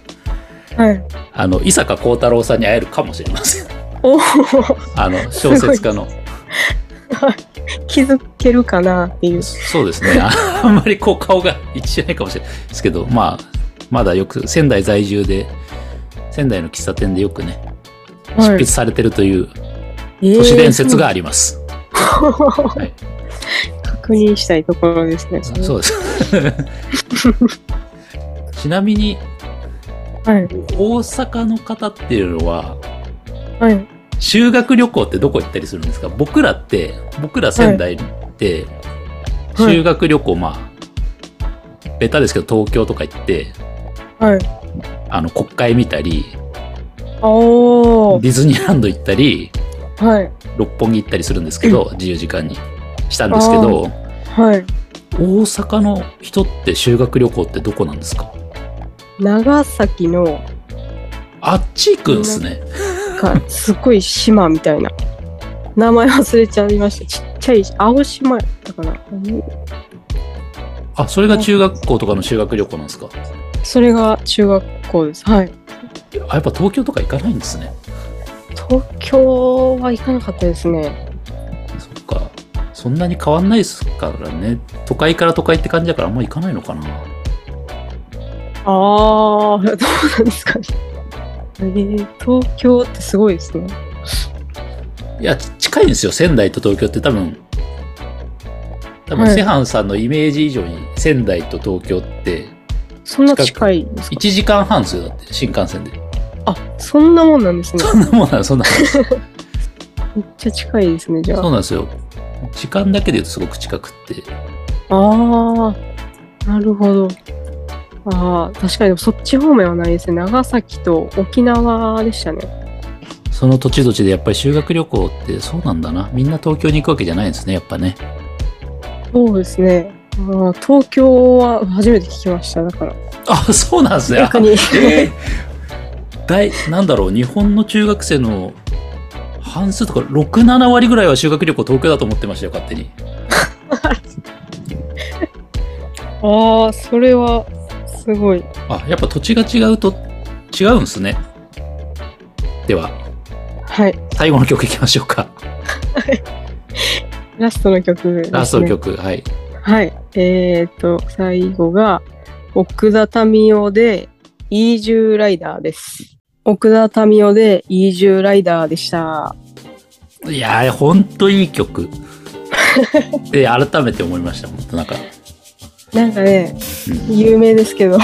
Speaker 2: はい。
Speaker 1: あの、伊坂幸太郎さんに会えるかもしれません。
Speaker 2: おお、
Speaker 1: あの、小説家の。
Speaker 2: 気づけるかなっていう。
Speaker 1: そうですね、ああんまりこう顔が一致しないかもしれないですけど、まあ、まだよく仙台在住で、仙台の喫茶店でよくね、執
Speaker 2: は
Speaker 1: 筆
Speaker 2: い
Speaker 1: されてるという
Speaker 2: えー
Speaker 1: 都市伝説があります。はい
Speaker 2: 確認したいところですね。
Speaker 1: そうです。 ちなみに、
Speaker 2: はい。
Speaker 1: 大阪の方っていうのは、
Speaker 2: はい。
Speaker 1: 修学旅行ってどこ行ったりするんですか僕らって、僕ら仙台って、
Speaker 2: はい
Speaker 1: 修学旅行、まあ、ベタですけど東京とか行って、
Speaker 2: はい。
Speaker 1: あの、国会見たり、
Speaker 2: おー。
Speaker 1: ディズニーランド行ったり、
Speaker 2: はい。
Speaker 1: 六本木行ったりするんですけど、自由時間にしたんですけど、
Speaker 2: はい。
Speaker 1: 大阪の人って修学旅行ってどこなんですか
Speaker 2: 長崎の、
Speaker 1: あっち行くんですね。
Speaker 2: か、すっごい島みたいな。名前忘れちゃいました。ちっちゃい、青島やったかな。
Speaker 1: あ、それが中学校とかの修学旅行なんですか
Speaker 2: それが中学校です。はい。
Speaker 1: あ、やっぱ東京とか行かないんですね。
Speaker 2: 東京は行かなかったですね。
Speaker 1: そっか。そんなに変わんないですからね。都会から都会って感じだからあんま行かないのかな。
Speaker 2: あー、どうなんですかね。えー東京ってすごいですね。
Speaker 1: いや、ち近いんですよ。仙台と東京って多分。多分、
Speaker 2: はい
Speaker 1: セハンさんのイメージ以上に仙台と東京って
Speaker 2: そんな近いんです
Speaker 1: 1
Speaker 2: か
Speaker 1: 時間半ですよ。だって、新幹線で。
Speaker 2: あ、そんなもんなんですね。
Speaker 1: そんなもんな、そんなもん。
Speaker 2: めっちゃ近いですね、じゃ
Speaker 1: そ
Speaker 2: あ。
Speaker 1: うなんですよ。時間だけで言うとすごく近くって。
Speaker 2: ああ、なるほど。ああ、確かにそっち方面はないですね。長崎と沖縄でしたね。
Speaker 1: その土地土地でやっぱり修学旅行ってそうなんだな。みんな東京に行くわけじゃないんですね、やっぱね。
Speaker 2: そうですね。あー東京は初めて聞きました、だから。
Speaker 1: あ、そうなんですね。
Speaker 2: 逆に。
Speaker 1: えー大、なんだろう、日本の中学生の半数とか、6、7割ぐらいは修学旅行東京だと思ってましたよ、勝手に。
Speaker 2: ああ、それはすごい。
Speaker 1: あ、やっぱ土地が違うと、違うんですね。では、
Speaker 2: はい。
Speaker 1: 最後の曲いきましょうか。
Speaker 2: ラストの曲です、ね。
Speaker 1: ラストの。曲、はい。
Speaker 2: はい。えっ、ー、と、最後が、奥田民生で、イージューライダーです。奥田民生で、イージューライダーでした。
Speaker 1: いやー、ほんといい曲。で、改めて思いました、ほんとなんか。
Speaker 2: なんかね、
Speaker 1: う
Speaker 2: 有名ですけど、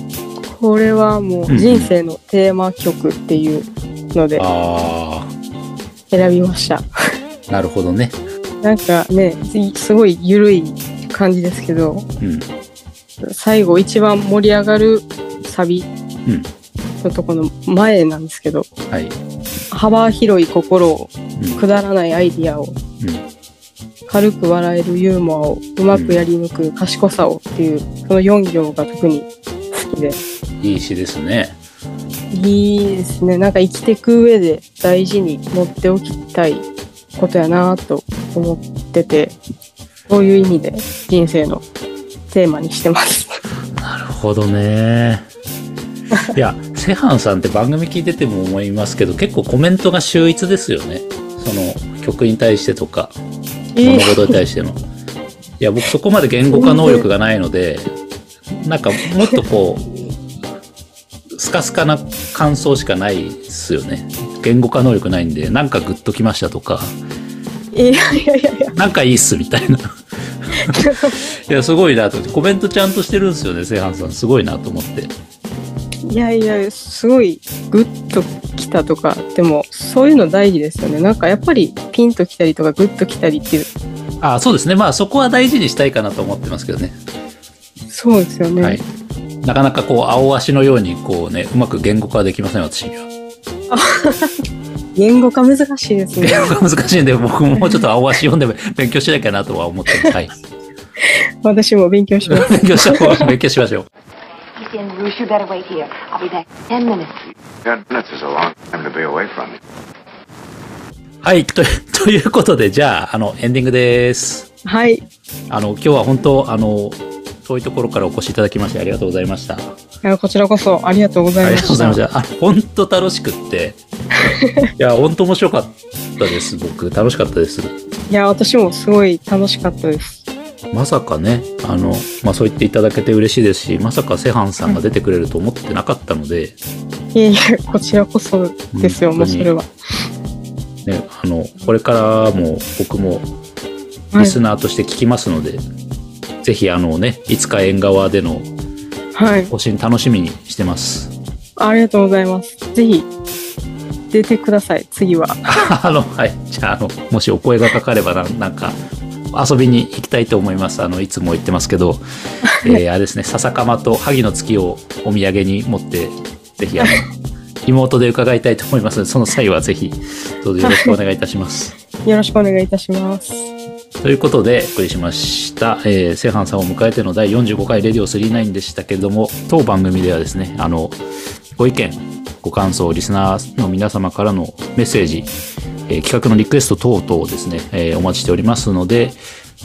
Speaker 2: これはも
Speaker 1: んう
Speaker 2: うん人生のテーマ曲っていうので
Speaker 1: あ
Speaker 2: 選びました。
Speaker 1: ー、なるほどね。
Speaker 2: なんかね、すすごい緩い感じですけど、
Speaker 1: うん。
Speaker 2: 最後一番盛り上がるサビ
Speaker 1: うん
Speaker 2: のとこの前なんですけど、
Speaker 1: はい。
Speaker 2: 幅広い心を
Speaker 1: うん
Speaker 2: くだらないアイディアを、軽く笑えるユーモアをうまくやり抜く賢さをっていうその4行が特に好きで
Speaker 1: いい詩ですね。
Speaker 2: いいですねなんか生きていく上で大事に持っておきたいことやなと思っててそういう意味で人生のテーマにしてます。
Speaker 1: なるほどね。いや、セハンさんって番組聞いてても思いますけど、結構コメントが秀逸ですよね。その曲に対してとか、
Speaker 2: え
Speaker 1: 物事に対しての。いや、僕そこまで言語化能力がないので、なんかもっとこう、スカスカな感想しかないですよね。言語化能力ないんで、なんかグッときましたとか、
Speaker 2: いやいやいやいや
Speaker 1: なんかいいっすみたいな。いや、すごいなと。コメントちゃんとしてるんですよね、セハンさん。すごいなと思って。
Speaker 2: いやいや、すごいグッときたとか、でもそういうの大事ですよね。なんかやっぱりピンときたりとかグッときたりっていう。
Speaker 1: あそうですね。まあそこは大事にしたいかなと思ってますけどね。
Speaker 2: そうですよね。
Speaker 1: はい。なかなかこう、青足のようにこうね、うまく言語化できません、私には。
Speaker 2: 言語化難しいです ね。
Speaker 1: 言語化難しいんで、僕ももう ちょっと青足読んで勉強しなきゃなとは思ってます。はい。
Speaker 2: 私も勉強しま す。
Speaker 1: 勉強した方が、勉強しましょう。
Speaker 8: He's in Bruce. You better wait here. I'll be back in ten minutes.
Speaker 9: Ten minutes is a long time to be away from me.
Speaker 1: はい。とということで、じゃあ、あの、エンディングです。
Speaker 2: はい。
Speaker 1: あの、今日は本当、あの、遠いところからお越しいただきましてありがとうございました。
Speaker 2: いやこちらこそありがとうござ
Speaker 1: あり
Speaker 2: い
Speaker 1: が
Speaker 2: ま
Speaker 1: とうご
Speaker 2: し
Speaker 1: ざい
Speaker 2: た。
Speaker 1: ました。あ、本当楽しくって。いや、本当面白かったです、僕。楽しかったです。
Speaker 2: いや、私もすごい楽しかったです。
Speaker 1: まさかね、あの、まあ、そう言っていただけて嬉しいですし、まさかセハンさんが出てくれると思ってなかったので、
Speaker 2: いえいえ、こちらこそですよ、
Speaker 1: うん
Speaker 2: もうそれは。
Speaker 1: ね、あの、これからも僕も
Speaker 2: はい
Speaker 1: リスナーとして聞きますので、ぜひあのね、いつか縁側での
Speaker 2: はい。
Speaker 1: 更新楽しみにしてます。
Speaker 2: ありがとうございます。ぜひ、出てください、次は。
Speaker 1: あの、はい。じゃあ、あの、もしお声がかかればな、なんか、遊びに行きたいと思います。あの、いつも言ってますけど、えー、あれですね、笹かまと萩の月をお土産に持って、ぜひ、あの、リモートで伺いたいと思いますので、その際はぜひ、どうぞよろしくお願いいたします。
Speaker 2: よろしくお願いいたします。
Speaker 1: ということで、お送りしました。えー、セハンさんを迎えての第45回レディオ39でしたけれども、当番組ではですね、あの、ご意見、ご感想、リスナーの皆様からのメッセージ、えー企画のリクエスト等々をですね、えーお待ちしておりますので、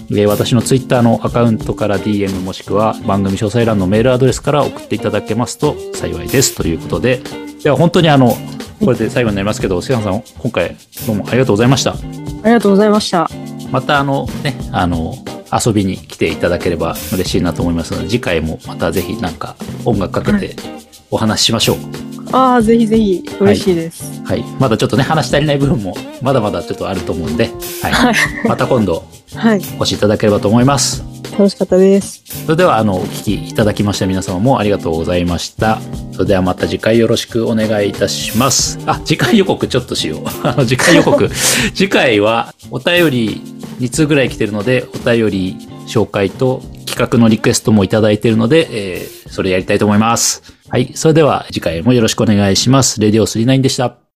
Speaker 1: えー私のツイッターのアカウントから DM もしくは番組詳細欄のメールアドレスから送っていただけますと幸いです。ということで、では本当にあの、これで最後になりますけど、セハンさん、今回どうもありがとうございました。
Speaker 2: ありがとうございました。
Speaker 1: またあのねあの遊びに来ていただければ嬉しいなと思いますので次回もまたぜひなんか音楽かけてお話ししましょう、
Speaker 2: ああ、ぜひぜひ、嬉しいです。
Speaker 1: はい、まだちょっとね話し足りない部分もまだまだちょっとあると思うんで、はい、また今度
Speaker 2: はい、
Speaker 1: お越しいただければと思います
Speaker 2: 楽しかったです。
Speaker 1: それではあのお聞きいただきました皆様もありがとうございましたそれではまた次回よろしくお願いいたしますあ次回予告ちょっとしよう あの次回予告次回はお便り2通ぐらい来てるのでお便り紹介と企画のリクエストもいただいているので、えーそれやりたいと思いますはいそれでは次回もよろしくお願いしますレディオ39でした